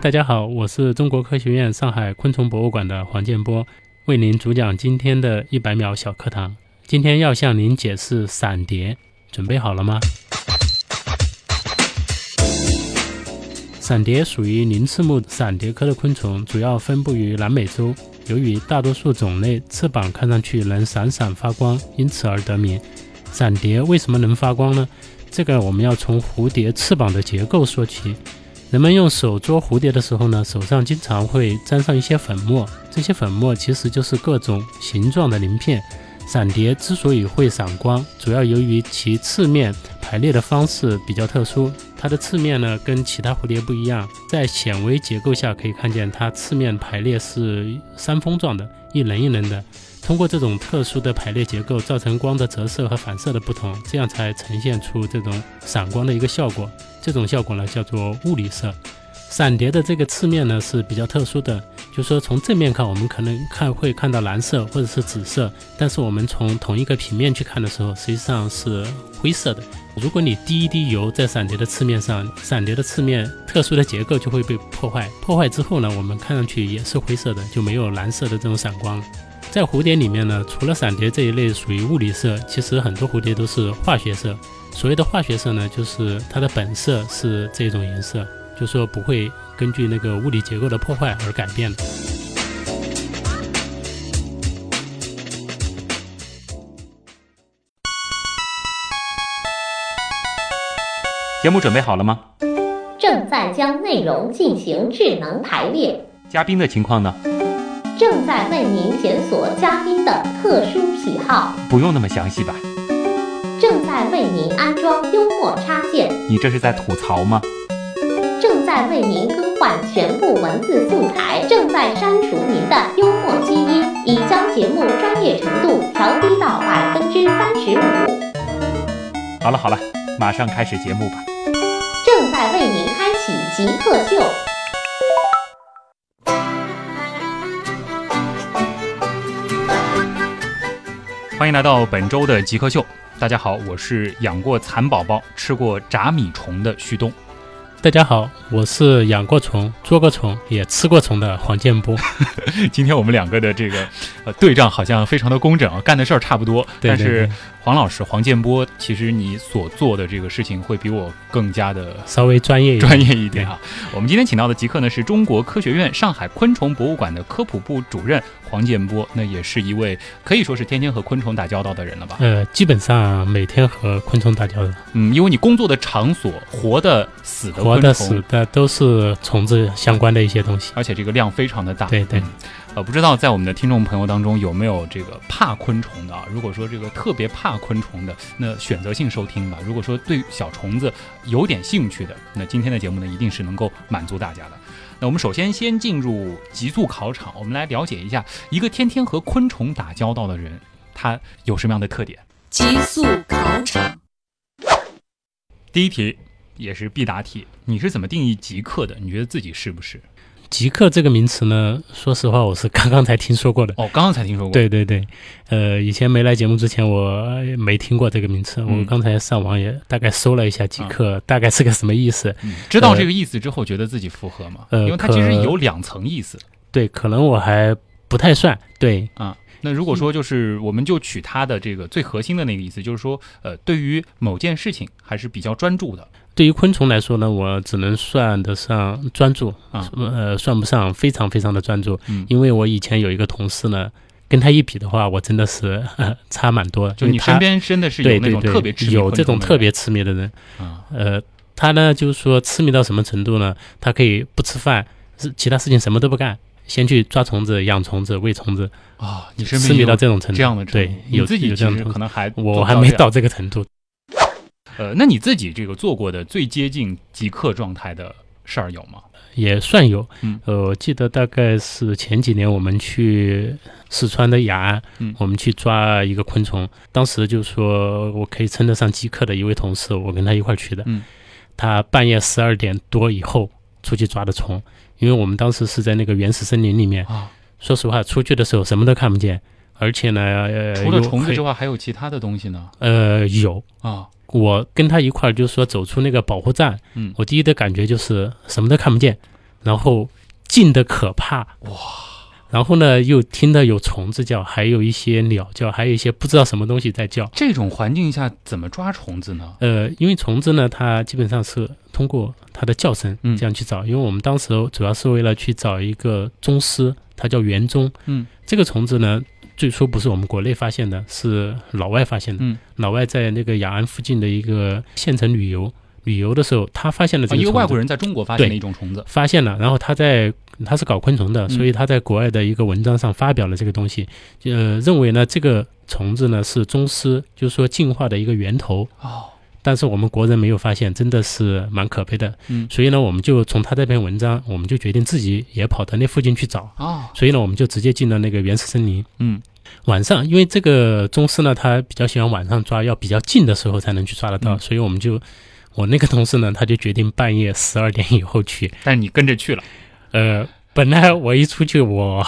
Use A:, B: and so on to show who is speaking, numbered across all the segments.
A: 大家好，我是中国科学院上海昆虫博物馆的黄建波，为您主讲今天的一百秒小课堂。今天要向您解释闪蝶，准备好了吗？闪蝶属于鳞翅目闪蝶科的昆虫，主要分布于南美洲。由于大多数种类翅膀看上去能闪闪发光，因此而得名。闪蝶为什么能发光呢？这个我们要从蝴蝶翅膀的结构说起。人们用手捉蝴蝶的时候呢，手上经常会沾上一些粉末，这些粉末其实就是各种形状的鳞片。闪蝶之所以会闪光，主要由于其翅面排列的方式比较特殊。它的翅面呢跟其他蝴蝶不一样，在显微结构下可以看见它翅面排列是山峰状的，一棱一棱的。通过这种特殊的排列结构，造成光的折射和反射的不同，这样才呈现出这种闪光的一个效果。这种效果呢叫做物理射。闪蝶的这个翅面呢是比较特殊的，就说从正面看，我们可能看会看到蓝色或者是紫色，但是我们从同一个平面去看的时候，实际上是灰色的。如果你滴一滴油在闪蝶的翅面上，闪蝶的翅面特殊的结构就会被破坏，破坏之后呢，我们看上去也是灰色的，就没有蓝色的这种闪光了。在蝴蝶里面呢，除了闪蝶这一类属于物理色，其实很多蝴蝶都是化学色。所谓的化学色呢，就是它的本色是这种颜色。就说不会根据那个物理结构的破坏而改变的。
B: 节目准备好了吗？
C: 正在将内容进行智能排列。
B: 嘉宾的情况呢？
C: 正在为您检索嘉宾的特殊喜好。
B: 不用那么详细吧？
C: 正在为您安装幽默插件。
B: 你这是在吐槽吗？
C: 正在为您更换全部文字素材，正在删除您的幽默基因，已将节目专业程度调低到百分之三十五。
B: 好了好了，马上开始节目吧。
C: 正在为您开启极客秀。
B: 欢迎来到本周的极客秀，大家好，我是养过蚕宝宝、吃过炸米虫的旭东。
A: 大家好，我是养过虫、捉过虫、也吃过虫的黄建波。
B: 今天我们两个的这个呃对仗好像非常的工整啊，干的事儿差不多，
A: 对对
B: 但是黄老师黄建波，其实你所做的这个事情会比我更加的
A: 稍微专业一点，
B: 专业一点啊。我们今天请到的极客呢是中国科学院上海昆虫博物馆的科普部主任黄建波，那也是一位可以说是天天和昆虫打交道的人了吧？
A: 呃，基本上每天和昆虫打交道，
B: 嗯，因为你工作的场所，活的、死的
A: 活
B: 昆
A: 的、
B: 虫，
A: 死的都是虫子相关的一些东西。
B: 而且这个量非常的大。
A: 对对
B: 嗯呃，不知道在我们的听众朋友当中有没有这个怕昆虫的啊？如果说这个特别怕昆虫的，那选择性收听吧。如果说对小虫子有点兴趣的，那今天的节目呢，一定是能够满足大家的。那我们首先先进入极速考场，我们来了解一下一个天天和昆虫打交道的人，他有什么样的特点？
D: 极速考场，
B: 第一题也是必答题，你是怎么定义极客的？你觉得自己是不是？
A: 极客这个名词呢，说实话，我是刚刚才听说过的。
B: 哦，刚刚才听说过。
A: 对对对，呃，以前没来节目之前，我呃没听过这个名词。
B: 嗯啊
A: 我刚才上网也大概搜了一下极客，大概是个什么意思。
B: 嗯，知道这个意思之后，觉得自己符合吗？
A: 呃
B: 因为它其实
A: 可
B: 有两层意思
A: 对，可能我还不太算。对，
B: 啊。那如果说就是，我们就取它的这个最核心的那个意思，就是说，呃，对于某件事情还是比较专注的
A: 对于昆虫来说呢，我只能算得上专注，
B: 啊。
A: 呃，算不上非常非常的专注。
B: 嗯，
A: 因为我以前有一个同事呢，跟他一比的话，我真的是、呃、差蛮多的。
B: 就
A: 因为
B: 你
A: 他
B: 身边真的是有
A: 对
B: 那
A: 对
B: 种
A: 对，
B: 特别痴迷
A: 有
B: 昆
A: 这
B: 虫
A: 种
B: 的
A: 特
B: 人
A: 别痴迷的人，
B: 啊，
A: 呃，他呢就是说痴迷到什么程度呢？他可以不吃饭，是其他事情什么都不干，先去抓虫子、养虫子、喂虫子，
B: 啊，你身
A: 痴
B: 边
A: 迷
B: 有
A: 到这种程度。
B: 这样的
A: 对
B: 程度，
A: 有
B: 你自己
A: 有
B: 其
A: 这样
B: 实
A: 的程度。
B: 可能还
A: 我
B: 做
A: 还
B: 不
A: 没
B: 这样
A: 到这个程度。
B: 呃，那你自己这个做过的最接近极客状态的事儿有吗？
A: 也算有。
B: 嗯
A: 呃，我记得大概是前几年我们去四川的雅安，
B: 嗯
A: 我们去抓一个昆虫，当时就说我可以称得上极客的一位同事，我跟他一块儿去的。
B: 嗯
A: 他半夜十二点多以后出去抓的虫，因为我们当时是在那个原始森林里面，
B: 啊，
A: 说实话，出去的时候什么都看不见，而且呢，呃，
B: 除了
A: 有
B: 虫子
A: 黑
B: 之外，还有其他的东西呢？
A: 呃，有。
B: 啊，
A: 我跟他一块儿，就是说走出那个保护站，
B: 嗯
A: 我第一的感觉就是什么都看不见，然后静的可怕，哇！然后呢，又听到有虫子叫，还有一些鸟叫，还有一些不知道什么东西在叫。
B: 这种环境下怎么抓虫子呢？
A: 呃，因为虫子呢，它基本上是通过它的叫声
B: 嗯
A: 这样去找。因为我们当时主要是为了去找一个宗师，它叫园宗。
B: 嗯，
A: 这个虫子呢，最初不是我们国内发现的，是老外发现的。
B: 嗯，
A: 老外在那个雅安附近的一个县城旅游，旅游的时候，他发现了这
B: 啊，
A: 个、
B: 一个外国
A: 人。
B: 人在中国发现
A: 对
B: 的一种虫子，
A: 发现了，然后他在他是搞昆虫的，
B: 嗯
A: 所以他在国外的一个文章上发表了这个东西，呃，认为呢这个虫子呢是宗师，就是说进化的一个源头。
B: 哦，
A: 但是我们国人没有发现，真的是蛮可悲的。
B: 嗯
A: 所以呢，我们就从他这篇文章，我们就决定自己也跑到那附近去找。
B: 啊，
A: 所以呢，我们就直接进了那个原始森林。
B: 嗯，
A: 晚上，因为这个宗师呢，他比较喜欢晚上抓，要比较近的时候才能去抓得到，
B: 嗯
A: 所以我们就，我那个同事呢，他就决定半夜十二点以后去。
B: 但是你跟着去了，
A: 呃，本来我一出去，我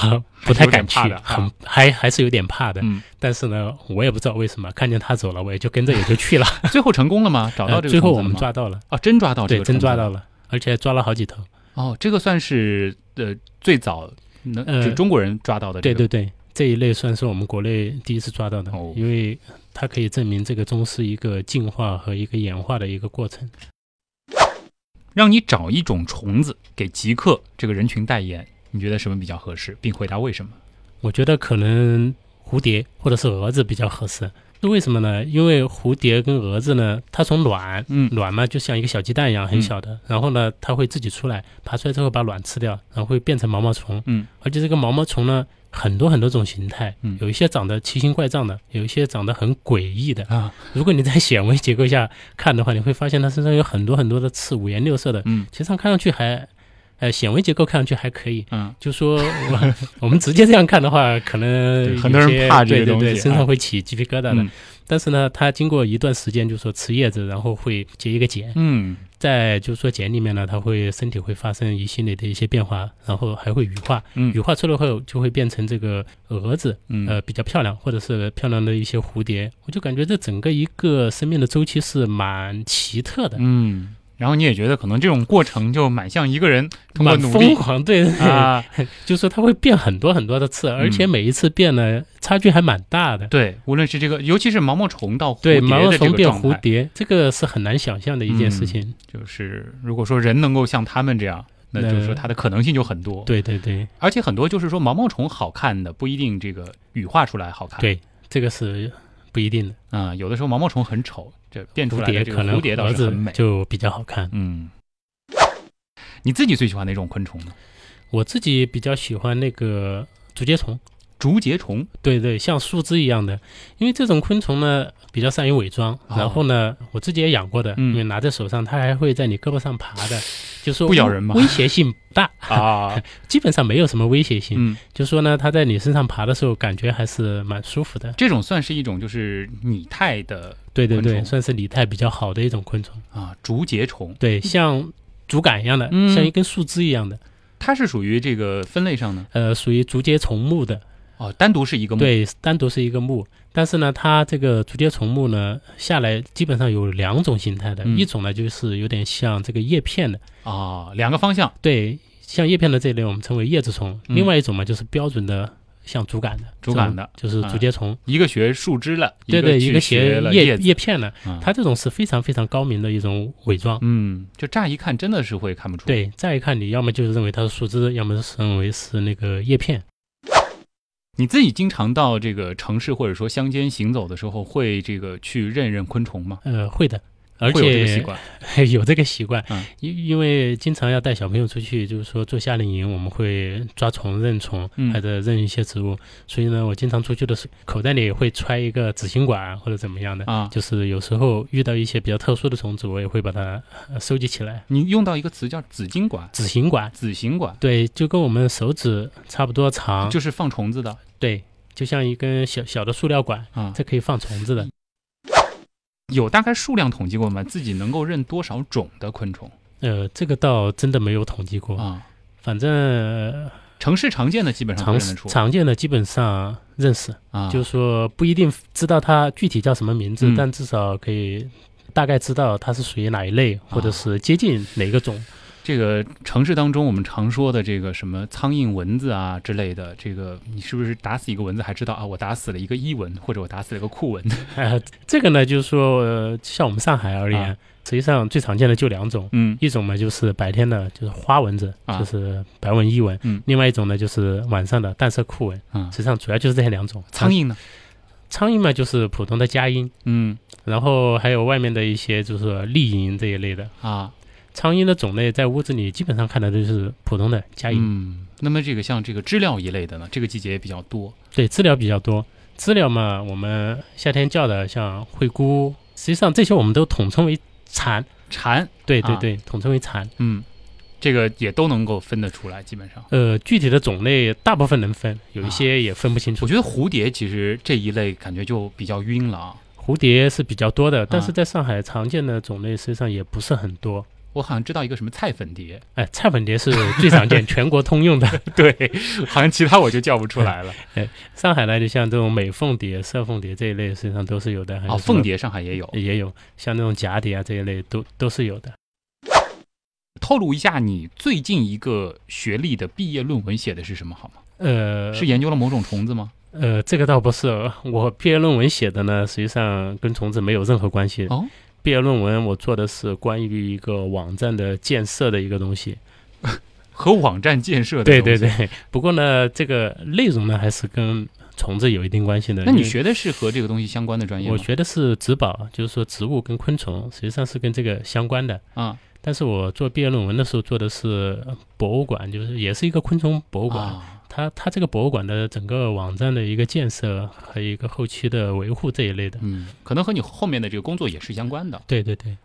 A: 不太敢去
B: 还是有点怕的，
A: 很
B: 啊
A: 还还是有点怕的。
B: 嗯，
A: 但是呢，我也不知道为什么，看见他走了，我也就跟着也就去了。
B: 最后成功 了吗？找到
A: 呃
B: 这个虫子
A: 最后
B: 了
A: 我们
B: 吗
A: 抓到了，
B: 啊，真抓到这
A: 对，
B: 个，
A: 真抓到。了，而且抓了好几头。
B: 哦，这个算是呃最早能
A: 呃
B: 就中国人抓到的，
A: 对对，对，这一类算是我们国内第一次抓到的，
B: 哦
A: 因为它可以证明这个钟是一个进化和一个演化的一个过程。
B: 让你找一种虫子给极客这个人群代言，你觉得什么比较合适，并回答为什么？
A: 我觉得可能蝴蝶或者是蛾子比较合适。那为什么呢？因为蝴蝶跟蛾子呢，它从卵，
B: 嗯
A: 卵嘛就像一个小鸡蛋一样很
B: 嗯
A: 小的，然后呢它会自己出来，爬出来之后把卵吃掉，然后会变成毛毛虫。
B: 嗯，
A: 而且这个毛毛虫呢很多很多种形态，
B: 嗯
A: 有一些长得奇形怪状的，有一些长得很诡异的，
B: 啊，
A: 如果你在显微结构下看的话，你会发现它身上有很多很多的刺，五颜六色的。
B: 嗯
A: 其实上看上去还，呃，显微结构看上去还可以。
B: 嗯，
A: 就 说我我们直接这样看的话，可能
B: 对
A: 有
B: 很多人
A: 些
B: 怕这
A: 对
B: 个
A: 对
B: 东西
A: 对，身
B: 啊
A: 上会起鸡皮疙瘩的。
B: 嗯
A: 但是呢，它经过一段时间，就说吃叶子，然后会结一个茧，
B: 嗯，
A: 在就说茧里面呢，它会身体会发生一系列的一些变化，然后还会羽化。
B: 嗯
A: 羽化出来后就会变成这个蛾子，
B: 嗯
A: 呃，比较漂亮，或者是漂亮的一些蝴蝶，我就感觉这整个一个生命的周期是蛮奇特的，
B: 嗯，然后你也觉得可能这种过程就蛮像一个人通过
A: 蛮
B: 努
A: 疯
B: 力
A: 狂，对，
B: 啊， 嗯
A: 就是说它会变很多很多的次，而且每一次变呢，差距还蛮大的。
B: 对，无论是这个，尤其是毛毛虫到蝴
A: 对，
B: 蝶
A: 毛毛
B: 的这
A: 虫
B: 个
A: 变
B: 状态嗯
A: 蝴，蝶，这个是很难想象的一件事情。
B: 就是如果说人能够像他们这样，那就是说
A: 呃
B: 它的可能性就很多。，
A: 对对对
B: 而且很多就是说毛毛虫好看的不一定这个羽化出来好看。
A: 对，这个是不一定的。
B: 啊、有的时候毛毛虫很丑，这变出
A: 蝴
B: 来嗯的
A: 蝶
B: 这
A: 可
B: 个
A: 能
B: 蝴蝶倒
A: 蛾
B: 是
A: 子
B: 很美。
A: 就比较好看。
B: 嗯，你自己最喜欢哪种昆虫呢？
A: 我自己比较喜欢那个竹节虫。
B: 竹节虫
A: 对对，像树枝一样的，因为这种昆虫呢比较善于伪装，
B: 哦
A: 然后呢，我自己也养过的，
B: 嗯
A: 因为拿在手上，它还会在你胳膊上爬 的，就说
B: 不咬人吗
A: 威胁性不 大，
B: 啊，
A: 基本上没有什么威胁性。
B: 嗯，
A: 就说呢，它在你身上爬的时候，感觉还是蛮舒服的。
B: 这种算是一种就是拟态的
A: 对对
B: 昆
A: 对，
B: 虫
A: 算是拟态比较好的一种昆虫。
B: 啊，竹节虫，
A: 对，像竹竿一样的，
B: 嗯
A: 像一根树枝一样的，
B: 它是属于这个分类上呢，
A: 呃，属于竹节虫目的。
B: 哦，单独是一个目，
A: 对，单独是一个目，但是呢，它这个竹节虫目呢下来基本上有两种形态的，
B: 嗯
A: 一种呢就是有点像这个叶片的，
B: 啊，两个方向，
A: 对，像叶片的这一类我们称为叶子虫；
B: 嗯
A: 另外一种嘛就是标准的像竹竿的，
B: 竹竿的
A: 这种就是竹节虫，
B: 一个学树枝了，
A: 对对，
B: 一
A: 一个
B: 学
A: 斜
B: 了
A: 叶
B: 子
A: 叶片的，
B: 啊
A: 它这种是非常非常高明的一种伪装。
B: 嗯，就乍一看真的是会看不出。，
A: 对，再一看，你要么就是认为它是树枝，要么是认为是那个叶片。
B: 你自己经常到这个城市或者说乡间行走的时候，会这个去认认昆虫吗？
A: 呃，会的，而
B: 会有这个习
A: 且
B: 惯
A: 有这个习惯
B: 嗯，
A: 因因为经常要带小朋友出去，就是说做夏令营，我们会抓虫、认虫
B: 嗯，
A: 或者认一些植物。所以呢，我经常出去的时候，口袋里也会揣一个纸吸管或者怎么样的。
B: 啊？
A: 呃就是有时候遇到一些比较特殊的虫子，我也会把它呃收集起来。
B: 你用到一个词叫紫金管、
A: 纸吸管，
B: 紫形管，
A: 对，就跟我们手指差不多长，
B: 就是放虫子的
A: 对，就像一根小小的塑料管，
B: 啊。
A: 这可以放虫子的。
B: 有大概数量统计过吗？自己能够认多少种的昆虫
A: 呃，这个倒真的没有统计过，
B: 啊？
A: 反正、呃
B: 城市常见的基本上都
A: 常
B: 认得出
A: 常见的基本上认识，
B: 啊，
A: 就是说不一定知道它具体叫什么名字，
B: 嗯
A: 但至少可以大概知道它是属于哪一类，或者是接近哪个种。
B: 这个城市当中我们常说的这个什么苍蝇、蚊子啊之类的，这个你是不是打死一个蚊子还知道啊？我打死了一个伊蚊，或者我打死了一个酷蚊？
A: 呃，这个呢，就是说，呃，像我们上海而言，
B: 啊
A: 实际上最常见的就两种，
B: 嗯
A: 一种嘛就是白天的，就是花蚊子，
B: 啊
A: 就是白蚊、伊蚊；
B: 嗯
A: 另外一种呢就是晚上的淡色酷蚊。
B: 啊
A: 实，际上主要就是这两种。啊
B: 苍，蝇呢？
A: 苍蝇嘛就是普通的家蝇，
B: 嗯
A: 然后还有外面的一些就是丽蝇这一类的。
B: 啊，
A: 苍蝇的种类在屋子里基本上看的都是普通的家蝇，
B: 嗯。那么这个像这个知了一类的呢，这个季节也比较多。
A: 对，知了比较多。知了嘛，我们夏天叫的像灰姑，实际上这些我们都统称为蝉。
B: 蝉，
A: 对对
B: 啊
A: 对，统称为蝉。
B: 嗯，这个也都能够分得出来，基本上。
A: 呃，具体的种类大部分能分，有一
B: 啊
A: 些也分不清楚。
B: 我觉得蝴蝶其实这一类感觉就比较晕了啊。
A: 蝴蝶是比较多的，但
B: 啊
A: 是在上海常见的种类实际上也不是很多。
B: 我好像知道一个什么菜粉蝶，
A: 哎，菜粉蝶是最常见、全国通用的。
B: 对， 好像其他我就叫不出来 了。
A: 上海呢，就像这种美凤蝶、色凤蝶这一类，实际上都是有的。还有什么
B: 哦，凤蝶上海也有。
A: 也有，像那种蛱蝶啊这一类都都是有的。
B: 透露一下你最近一个学历的毕业论文写的是什么好吗？
A: 呃，
B: 是研究了某种虫子吗？
A: 呃，这个倒不是，我毕业论文写的呢，实际上跟虫子没有任何关系。
B: 哦，
A: 毕业论文我做的是关于一个网站的建设的一个东西。
B: 和网站建设的。
A: 对对。对，不过呢，这个内容呢还是跟虫子有一定关系的。
B: 那你
A: 因为
B: 学的是和这个东西相关的专业吗？
A: 我学的是植保，就是说植物跟昆虫实际上是跟这个相关的。
B: 啊，
A: 但是我做毕业论文的时候做的是呃博物馆，就是也是一个昆虫博物馆。
B: 啊
A: 它它这个博物馆的整个网站的一个建设和一个后期的维护这一类的。
B: 嗯，可能和你后面的这个工作也是相关的。
A: 对对对，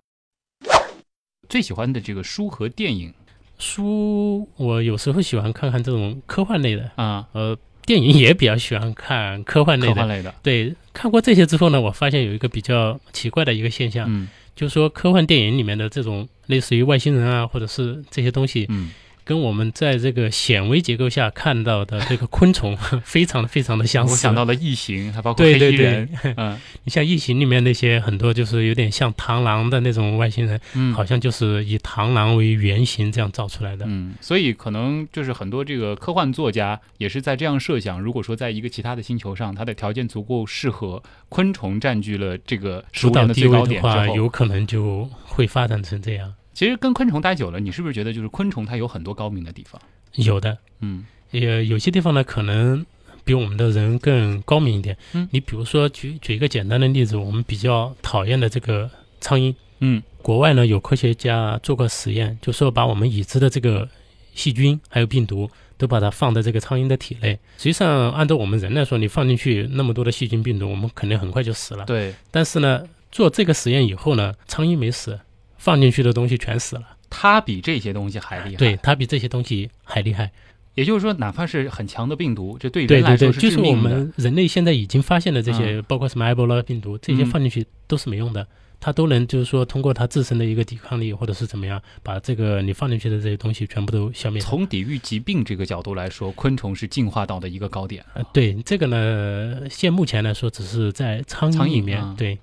B: 最喜欢的这个书和电影
A: 书我有时候喜欢看看这种科幻类的，
B: 啊，
A: 呃，电影也比较喜欢看科幻类
B: 科
A: 的。
B: 幻类的。
A: 对，看过这些之后呢，我发现有一个比较奇怪的一个现象，
B: 嗯
A: 就是说科幻电影里面的这种类似于外星人啊，或者是这些东西，
B: 嗯，
A: 跟我们在这个显微结构下看到的这个昆虫 非常非常的相
B: 我
A: 似。
B: 想到了异形，还包括黑
A: 对对
B: 衣
A: 对
B: 人。，嗯
A: 你像《异形》里面那些很多就是有点像螳螂的那种外星人，
B: 嗯，
A: 好像就是以螳螂为原型这样造出来的。
B: 嗯，所以可能就是很多这个科幻作家也是在这样设想：如果说在一个其他的星球上，它的条件足够适合，昆虫占据了这个食
A: 主
B: 物链
A: 导
B: 的
A: 地
B: 最
A: 位
B: 高
A: 的
B: 点之
A: 话，
B: 后，
A: 有可能就会发展成这样。
B: 其实跟昆虫待久了，你是不是觉得就是昆虫它有很多高明的地方？
A: 有的，
B: 嗯
A: 也有些地方呢，可能比我们的人更高明一点。
B: 嗯
A: 你比如说举举一个简单的例子，我们比较讨厌的这个苍蝇，
B: 嗯
A: 国外呢有科学家做过实验，就说把我们已知的这个细菌还有病毒都把它放在这个苍蝇的体内。实际上，按照我们人来说，你放进去那么多的细菌病毒，我们肯定很快就死了。
B: 对，嗯
A: 但是呢，做这个实验以后呢，苍蝇没死，放进去的东西全死了。
B: 它比这些东西还厉害。
A: 对，，它比这些东西还厉害。
B: 也就是说，哪怕是很强的病毒，这对
A: 对
B: 人
A: 对
B: 来说
A: 对，
B: 是
A: 就
B: 致
A: 是我
B: 命的。
A: 们人类现在已经发现的这些，包括什么埃博拉病毒，这些
B: 嗯
A: 放进去都是没用的，它都能就是说通过它自身的一个抵抗力或者是怎么样，把这个你放进去的这些东西全部都消灭掉。
B: 从抵御疾病这个角度来说，昆虫是进化到的一个高点。
A: 呃对这个呢，现目前来说只是在苍
B: 苍
A: 蝇
B: 蝇
A: 里面
B: 啊，
A: 对，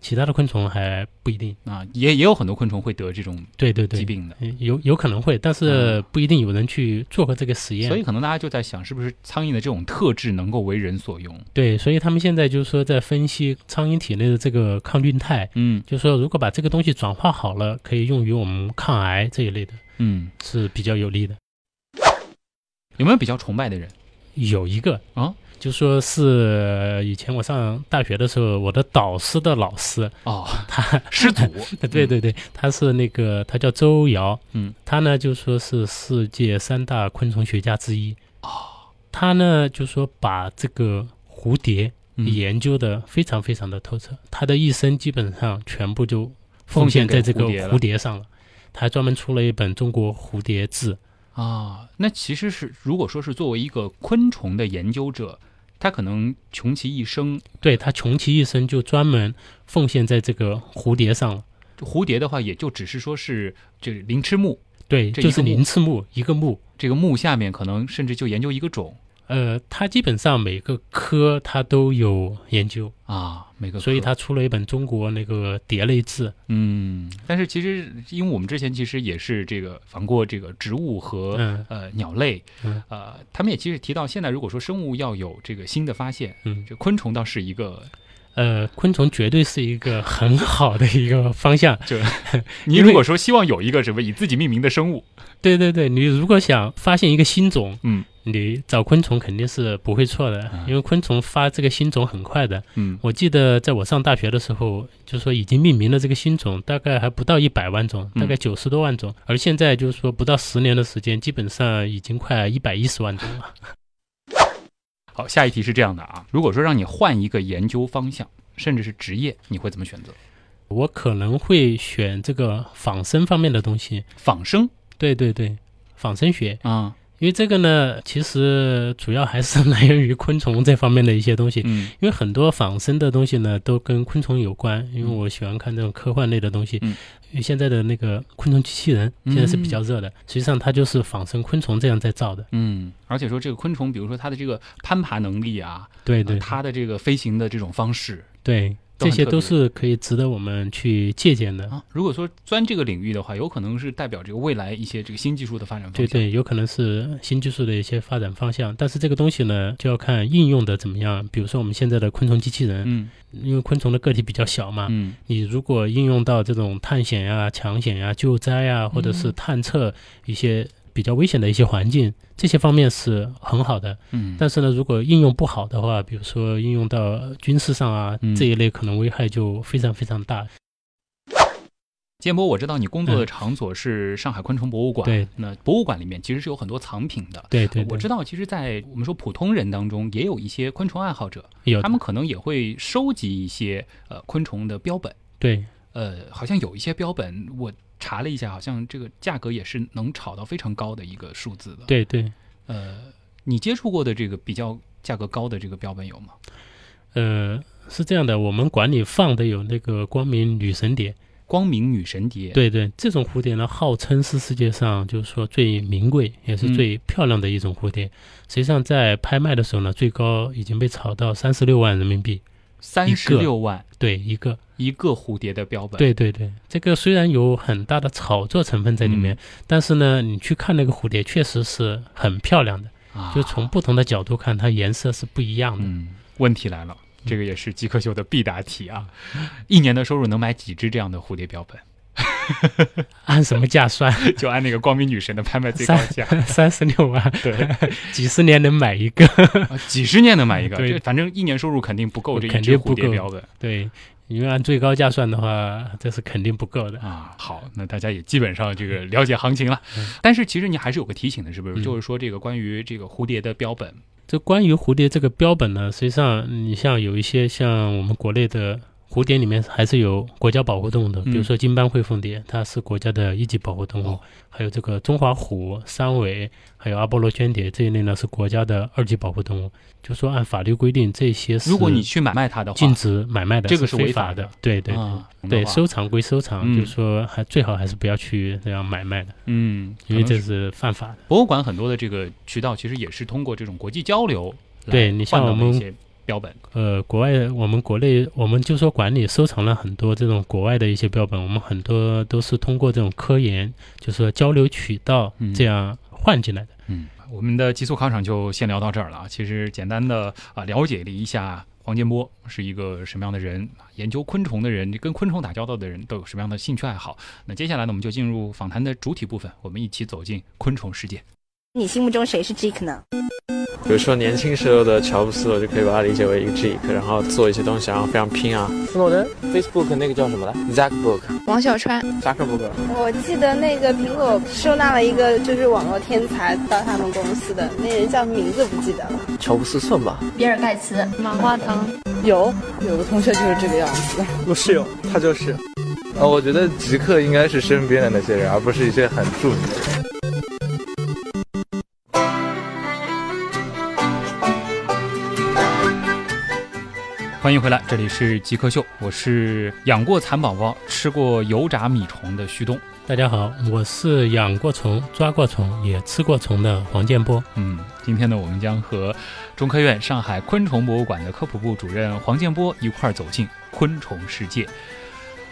A: 其他的昆虫还不一定。
B: 啊，也也有很多昆虫会得这种
A: 对对
B: 疾
A: 对，
B: 病的。
A: 嗯有有可能会，但是
B: 嗯
A: 不一定有人去做过这个实验。
B: 所以可能大家就在想，是不是苍蝇的这种特质能够为人所用？
A: 对，所以他们现在就是说在分析苍蝇体内的这个抗菌肽，
B: 嗯
A: 就是说，如果把这个东西转化好了，可以用于我们抗癌这一类的，
B: 嗯，
A: 是比较有利的。
B: 有没有比较崇拜的人？
A: 有一个
B: 啊，
A: 就说是以前我上大学的时候，我的导师的老师，
B: 哦，
A: 他，
B: 师祖
A: 对对对，他是那个他叫周尧，
B: 嗯，
A: 他呢就说是世界三大昆虫学家之一。
B: 啊
A: 哦，他呢就说把这个蝴蝶
B: 嗯，嗯
A: 研究的非常非常的透彻，他的一生基本上全部就
B: 奉
A: 奉
B: 献
A: 献
B: 给
A: 在这个
B: 蝴蝶了
A: 蝴蝶上了。他还专门出了一本《中国蝴蝶志》，
B: 啊，那其实是如果说是作为一个昆虫的研究者，他可能穷其一生，
A: 对他穷其一生就专门奉献在这个蝴蝶上了。
B: 蝴蝶的话也就只是说是这鳞翅目，
A: 对，
B: 这
A: 就
B: 一个
A: 是
B: 目
A: 鳞翅目一个目，
B: 这个目下面可能甚至就研究一个种。
A: 呃，它基本上每个科它都有研究，
B: 啊，每个
A: 所以
B: 科
A: 它出了一本中国那个蝶类志，
B: 嗯，但是其实因为我们之前其实也是这个访过这个植物和、
A: 嗯
B: 呃鸟类，
A: 嗯
B: 呃，他们也其实提到，现在如果说生物要有这个新的发现，
A: 嗯
B: 这昆虫倒是一个，
A: 呃，昆虫绝对是一个很好的一个方向。
B: 你
A: 因为
B: 如果说希望有一个什么以自己命名的生物，
A: 对对对，你如果想发现一个新种，
B: 嗯
A: 你找昆虫肯定是不会错的，
B: 嗯
A: 因为昆虫发这个新种很快的。
B: 嗯
A: 我记得在我上大学的时候，就说已经命名了这个新种，大概还不到一百万种，
B: 嗯
A: 大概九十多万种，而现在就是说不到十年的时间，基本上已经快一百一十万种了。
B: 好，下一题是这样的啊，如果说让你换一个研究方向，甚至是职业，你会怎么选择？
A: 我可能会选这个仿生方面的东西，
B: 仿生
A: 对对对，仿生学，
B: 啊，
A: 因为这个呢，其实主要还是 来源于昆虫这方面的一些东西。
B: 嗯
A: 因为很多仿生的东西呢，都跟昆虫有关。因为我喜欢看这种科幻类的东西，
B: 嗯
A: 因为现在的那个昆虫机器人现在是比较热的，实际上它就是仿生昆虫这样在造的。
B: 嗯，而且说这个昆虫，比如说它的这个攀爬能力啊，
A: 对对、
B: 它的这个飞行的这种方式，
A: 对，
B: 都
A: 这
B: 很
A: 些
B: 特
A: 都
B: 别
A: 是可以值得我们去借鉴的。
B: 啊，如果说钻这个领域的话，有可能是代表这个未来一些这个新技术的发展方
A: 对
B: 向。
A: 对，有可能是新技术的一些发展方向，但是这个东西呢，就要看应用的怎么样。比如说我们现在的昆虫机器人，
B: 嗯
A: 因为昆虫的个体比较小嘛，
B: 嗯
A: 你如果应用到这种探险呀、抢险呀、救灾呀，
B: 嗯
A: 或者是探测一些比较危险的一些环境，这些方面是很好的。
B: 嗯，
A: 但是呢，如果应用不好的话，比如说应用到军事上啊
B: 嗯
A: 这一类，可能危害就非常非常大。
B: 建波，我知道你工作的
A: 嗯
B: 场所是上海昆虫博物馆。
A: 对，
B: 那博物馆里面其实是有很多藏品的。
A: 对对
B: 我
A: 对，
B: 知道，其实，在我们说普通人当中，也有一些昆虫爱好者，
A: 有
B: 他们可能也会收集一些呃昆虫的标本。
A: 对
B: 呃，好像有一些标本，我查了一下，好像这个价格也是能炒到非常高的一个数字的。，
A: 对对，
B: 呃，你接触过的这个比较价格高的这个标本有吗？
A: 呃，是这样的，我们馆里放的有那个光明女神蝶，
B: 光明女神蝶。，
A: 对对，这种蝴蝶呢，号称是世界上就是说最名贵，也是
B: 嗯
A: 最漂亮的一种蝴蝶。实际上，在拍卖的时候呢，最高已经被炒到三十六万人民币，
B: 三十六万
A: 对一个。
B: 一个蝴蝶的标本。，
A: 对对对，这个虽然有很大的炒作成分在里
B: 嗯
A: 面，但是呢，你去看那个蝴蝶，确实是很漂亮的，
B: 啊，
A: 就从不同的角度看，它颜色是不一样的。
B: 嗯，问题来了，这个也是极客秀的必答题啊！一年的收入能买几只这样的蝴蝶标本？
A: 按什么价算？
B: 就按那个光明女神的拍卖最高价，
A: 三十六万，
B: 对，
A: 几十年能买一个？
B: 啊几十年能买一个，
A: 对
B: 这反正一年收入肯定不够这一
A: 肯
B: 只
A: 定不
B: 蝴蝶
A: 够
B: 标本
A: 对，因为按最高价算的话，这是肯定不够的。
B: 啊。好，那大家也基本上这个了解行情了，但是其实你还是有个提醒的，是不是？
A: 嗯
B: 就是说这个关于这个蝴蝶的标本，
A: 这关于蝴蝶这个标本呢，实际上你像有一些像我们国内的蝴蝶里面还是有国家保护动物的，比
B: 嗯
A: 如说金斑喙凤蝶，它是国家的一级保护动物，
B: 哦
A: 还有这个中华虎、三尾，还有阿波罗圈蝶这一类呢是国家的二级保护动物。就说按法律规定，这些是
B: 如果你去买卖它的话，
A: 禁止买卖的，
B: 这个
A: 是
B: 是违
A: 非法
B: 法的
A: 对对对。
B: 啊
A: 对，
B: 懂的话
A: 收藏归收藏，
B: 嗯
A: 就是说还最好还是不要去这样买卖的，
B: 嗯，
A: 因为
B: 可能
A: 这是犯法的。
B: 博物馆很多的这个渠道，其实也是通过这种国际交流来
A: 对你像
B: 换到的
A: 我们
B: 一些标本，
A: 呃，国外我们国内我们就说馆里收藏了很多这种国外的一些标本，我们很多都是通过这种科研，就是说交流渠道
B: 嗯
A: 这样换进来的。
B: 嗯，我们的极速考场就先聊到这儿了啊。其实简单的啊了解了一下黄建波是一个什么样的人，啊研究昆虫的人，跟昆虫打交道的人都有什么样的兴趣爱好。那接下来呢，我们就进入访谈的主体部分，我们一起走进昆虫世界。
E: 你心目中谁是 Jake 呢？
F: 比如说年轻时候的乔布斯，我就可以把它理解为一个 geek，然后做一些东西，然后非常拼啊。
G: 诺人，Facebook 那个叫什么来？Zackbook，
H: 王小川，
G: 扎克伯格。
I: 我记得那个苹果收纳了一个就是网络天才到他们公司的那人叫名字不记得了。
G: 乔布斯算吧，
H: 比尔盖茨，马化腾，
I: 有有个同学就是这个样子。
J: 我室友他就是，
K: 呃，我觉得极客应该是身边的那些人，而不是一些很著名的人。
B: 欢迎回来，这里是极客秀，我是养过蚕宝宝、吃过油炸米虫的旭东。
A: 大家好，我是养过虫、抓过虫、也吃过虫的黄建波。
B: 嗯，今天呢，我们将和中科院上海昆虫博物馆的科普部主任黄建波一块儿走进昆虫世界。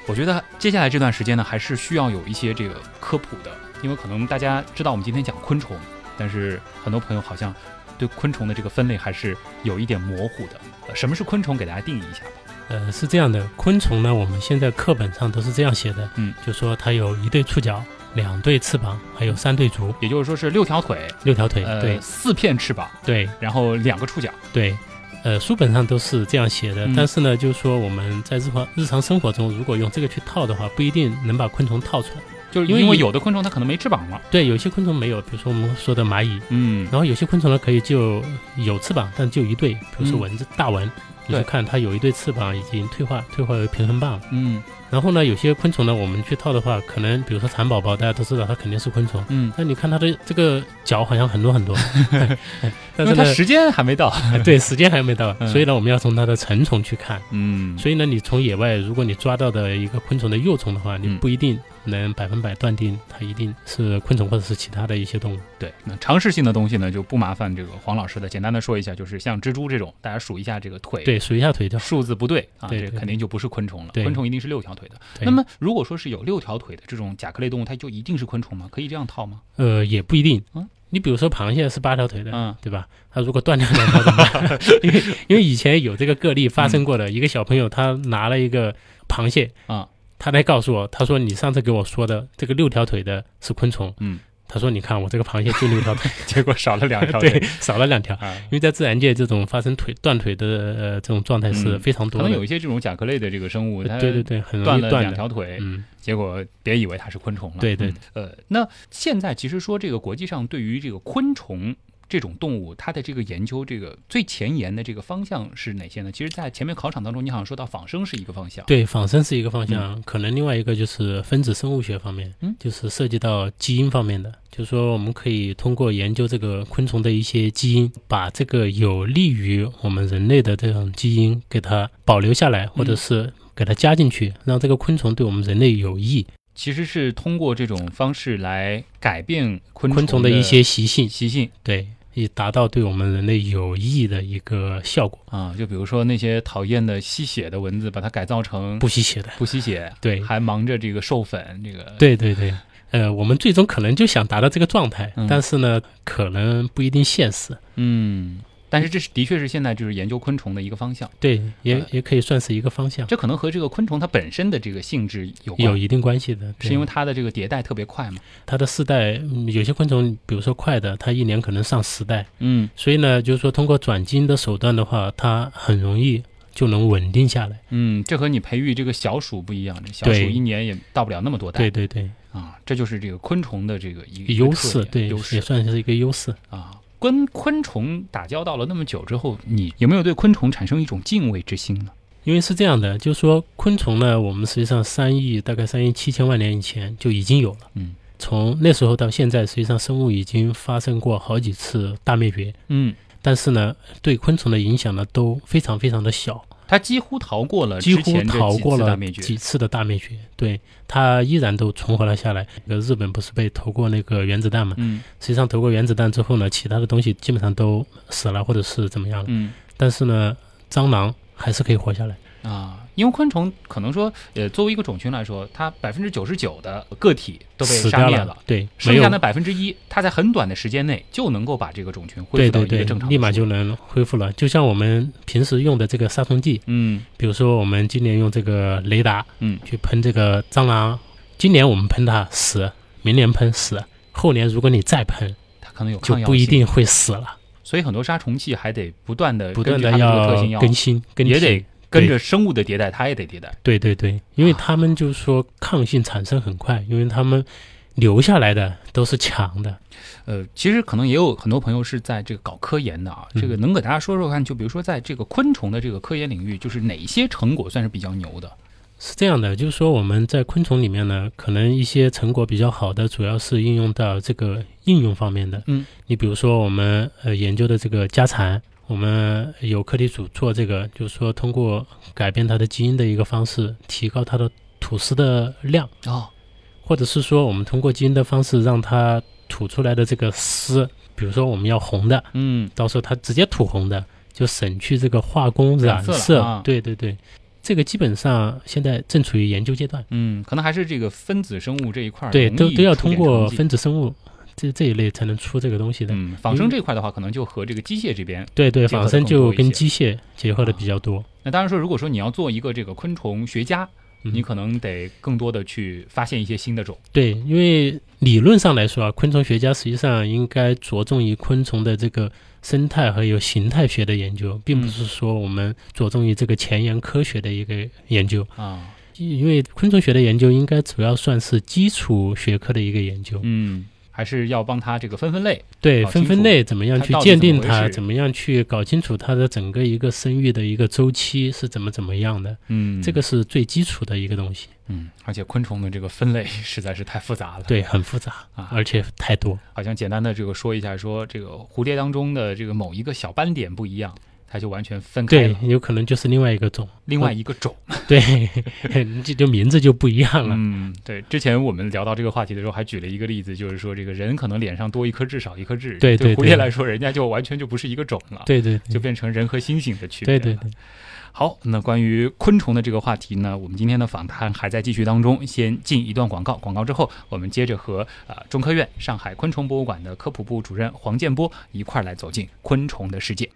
B: 我觉得接下来这段时间呢，还是需要有一些这个科普的，因为可能大家知道我们今天讲昆虫，但是很多朋友好像对昆虫的这个分类还是有一点模糊的。呃什么是昆虫？给大家定义一下吧。
A: 呃，是这样的，昆虫呢，我们现在课本上都是这样写的，
B: 嗯，
A: 就说它有一对触角、两对翅膀，还有三对足、
B: 也就是说是六条腿，
A: 六条腿。
B: 呃，
A: 对
B: 四片翅膀，
A: 对
B: 然后两个触角。
A: 对，呃，书本上都是这样写的，
B: 嗯
A: 但是呢，就是说我们在日常日常生活中，如果用这个去套的话，不一定能把昆虫套出来。
B: 就是
A: 因为
B: 因为
A: 有
B: 有的昆虫它可能没翅膀了，
A: 对，有些昆虫没有，比如说我们说的蚂蚁，
B: 嗯，
A: 然后有些昆虫呢可以就有翅膀，但就一对，比如说
B: 嗯
A: 蚊子、大蚊，你
B: 对
A: 就看它有一对翅膀已经退化，退化为平衡棒。
B: 嗯
A: 然后呢，有些昆虫呢，我们去套的话，可能比如说蚕宝宝，大家都知道它肯定是昆虫，
B: 嗯，
A: 但你看它的这个脚好像很多很 多，
B: 因
A: 但
B: 为
A: 是
B: 它
A: 呢，
B: 时间还没到，
A: 对时间还没到，
B: 嗯
A: 所以呢，我们要从它的成虫去看。
B: 嗯
A: 所以呢，你从野外，如果你抓到的一个昆虫的幼虫的话，你
B: 嗯
A: 不一定能百分百断定它一定是昆虫或者是其他的一些动物。
B: 对，那常识性的东西呢，就不麻烦这个黄老师了。简单的说一下，就是像蜘蛛这种，大家数一下这个腿，，
A: 对，数一下腿就好。
B: 数字不对啊，
A: 对
B: 这
A: 对
B: 肯定就不是昆虫了。
A: 对
B: 昆虫一定是六条腿的。
A: 对
B: 那么，如果说是有六条腿的这种甲壳类动物，它就一定是昆虫吗？可以这样套吗？
A: 呃，也不一定
B: 嗯。
A: 你比如说螃蟹是八条腿的，
B: 嗯
A: 对吧？它如果断掉两条怎么办？ 因 为因为以前有这个个例发生过的，一个小朋友他拿了一个螃蟹
B: 啊，
A: 他来告诉我，他说你上次给我说的这个六条腿的是昆虫，
B: 嗯，
A: 他说你看我这个螃蟹就六条腿，
B: 结果 少了两条
A: 对
B: 腿，
A: 少了两条。
B: 啊。
A: 因为在自然界，这种发生腿断腿的呃这种状态是
B: 嗯
A: 非常
B: 可
A: 多的
B: 能，有一些这种甲壳类的这个生物，它
A: 呃对对对，很容
B: 断
A: 易
B: 了
A: 断
B: 两
A: 的
B: 条腿，
A: 嗯，
B: 结果别以为它是昆虫了。
A: 对对
B: 嗯呃，那现在其实说这个国际上对于这个昆虫。这种动物，它的这个研究，这个最前沿的这个方向是哪些呢？其实，在前面考场当中，你好像说到仿生是一个方向，
A: 对，仿生是一个方向，可能另外一个就是分子生物学方面，
B: 嗯
A: 就是涉及到基因方面的，就是说我们可以通过研究这个昆虫的一些基因，把这个有利于我们人类的这种基因给它保留下来，或
B: 嗯
A: 者是给它加进去，让这个昆虫对我们人类有益，
B: 其实是通过这种方式来改变昆
A: 昆虫
B: 虫
A: 的
B: 的
A: 一些习性，
B: 习性
A: 对，以达到对我们人类有益的一个效果，
B: 啊，就比如说那些讨厌的吸血的蚊子，把它改造成
A: 不吸血的，
B: 不吸血，
A: 对
B: 还忙着这个授粉，这个
A: 对对对。呃，我们最终可能就想达到这个状态，
B: 嗯
A: 但是呢，可能不一定现实。
B: 嗯，但是这是的确是现在就是研究昆虫的一个方向，
A: 对，也
B: 呃
A: 也可以算是一个方向，
B: 这可能和这个昆虫它本身的这个性质有关，
A: 有一定关系的。对
B: 是因为它的这个迭代特别快嘛？
A: 它的世代，嗯有些昆虫，比如说快的，它一年可能上十代，
B: 嗯
A: 所以呢，就是说通过转基因的手段的话，它很容易就能稳定下来。
B: 嗯，这和你培育这个小鼠不一样，这小鼠
A: 对
B: 一年也到不了那么多代，
A: 对对对，
B: 啊，这就是这个昆虫的这个一个
A: 优
B: 特
A: 势
B: 点
A: 对
B: 优势
A: 也算是一个优势。
B: 啊。跟昆虫打交道了那么久之后，你有没有对昆虫产生一种敬畏之心呢？
A: 因为是这样的，就是说昆虫呢，我们实际上三亿大概三亿七千万年以前就已经有了。
B: 嗯，
A: 从那时候到现在，实际上生物已经发生过好几次大灭绝，
B: 嗯，
A: 但是呢，对昆虫的影响呢都非常非常的小。
B: 它几乎逃过了
A: 几
B: 呃之
A: 乎
B: 前这
A: 逃
B: 几
A: 过
B: 次
A: 了
B: 大灭
A: 几
B: 绝，
A: 次的大灭绝，对它依然都存活了下来。那个日本不是被投过那个原子弹嘛？
B: 嗯
A: 实际上投过原子弹之后呢，其他的东西基本上都死了或者是怎么样了。
B: 嗯。
A: 但是呢，蟑螂还是可以活下来。
B: 啊，因为昆虫可能说，呃，作为一个种群来说，它百分之九十九的个体都被
A: 死
B: 杀
A: 掉
B: 灭
A: 了，对，没
B: 剩下
A: 有
B: 的百分之一，它在很短的时间内就能够把这个种群恢
A: 对
B: 复到
A: 对
B: 一
A: 对
B: 个正常，的
A: 立马
B: 数
A: 就能恢复了。就像我们平时用的这个杀虫剂，
B: 嗯
A: 比如说我们今年用这个雷达，
B: 嗯
A: 去喷这个蟑螂，今年我们喷它死，明年喷死，后年如果你再喷，
B: 它可能有
A: 就
B: 抗药
A: 不一
B: 性，
A: 定会死了。
B: 所以很多杀虫剂还得不断的
A: 不断的
B: 的特性
A: 要
B: 要
A: 更新，更
B: 也
A: 新
B: 得跟
A: 对
B: 着生物的迭代，它也得迭代。
A: 对对对，因为他们就是说抗性产生很快，因为他们留下来的都是强的，
B: 呃，其实可能也有很多朋友是在这个搞科研的啊，这
A: 嗯
B: 个能给大家说说看，就比如说在这个昆虫的这个科研领域，就是哪些成果算是比较牛的？
A: 是这样的，就是说我们在昆虫里面呢，可能一些成果比较好的，主要是应用到这个应用方面的。
B: 嗯，
A: 你比如说我们呃研究的这个家蚕，我们有课题组做这个，就是说通过改变它的基因的一个方式，提高它的吐丝的量，
B: 哦，
A: 或者是说我们通过基因的方式让它吐出来的这个丝，比如说我们要红的，
B: 嗯，
A: 到时候它直接吐红的，就省去这个化工染
B: 染色了啊
A: 对对对，这个基本上现在正处于研究阶段，
B: 嗯，可能还是这个分子生物这一块儿
A: 对，
B: 容
A: 都
B: 易
A: 都要
B: 出
A: 通
B: 点
A: 过
B: 成绩
A: 分子生物这这一类才能出这个东西的。
B: 嗯，仿生这一块的话，可能就和这个机械这边。
A: 对对，
B: 结合
A: 仿
B: 得
A: 生
B: 更
A: 就
B: 多一
A: 跟
B: 些啊
A: 机械结合的比较多。
B: 那当然说，如果说你要做一个这个昆虫学家，
A: 嗯
B: 你可能得更多的去发现一些新的种。
A: 对，因为理论上来说啊，昆虫学家实际上应该着重于昆虫的这个生态和有形态学的研究，并不
B: 嗯
A: 是说我们着重于这个前沿科学的一个研究。
B: 啊，
A: 因为昆虫学的研究应该主要算是基础学科的一个研究，
B: 嗯，还是要帮他这个分分类。
A: 对
B: 搞
A: 分
B: 清
A: 分
B: 楚
A: 类怎么样
B: 它
A: 去
B: 到底
A: 鉴
B: 怎么
A: 定
B: 回
A: 它，
B: 事
A: 怎么样去搞清楚它的整个一个生育的一个周期是怎么怎么样的，
B: 嗯，
A: 这个是最基础的一个东西。
B: 嗯，而且昆虫的这个分类实在是太复杂了。，
A: 对，很复杂
B: 啊，
A: 而且太多。
B: 好像简单的这个说一下，说这个蝴蝶当中的这个某一个小斑点不一样，它就完全分开
A: 对
B: 了，
A: 有可能就是另外一个种。
B: 另外一个种。
A: 对，这就名字就不一样了。
B: 嗯，对，之前我们聊到这个话题的时候，还举了一个例子，就是说这个人可能脸上多一颗痣少一颗痣，
A: 对对
B: 蝴
A: 对
B: 蝶来说，人家就完全就不是一个种了，，
A: 对对对
B: 就变成人和猩猩的区别
A: 对
B: 了。
A: 对对，
B: 好，那关于昆虫的这个话题呢，我们今天的访谈还在继续当中，先进一段广告，广告之后，我们接着和啊、呃中科院上海昆虫博物馆的科普部主任黄建波一块儿来走进昆虫的世界。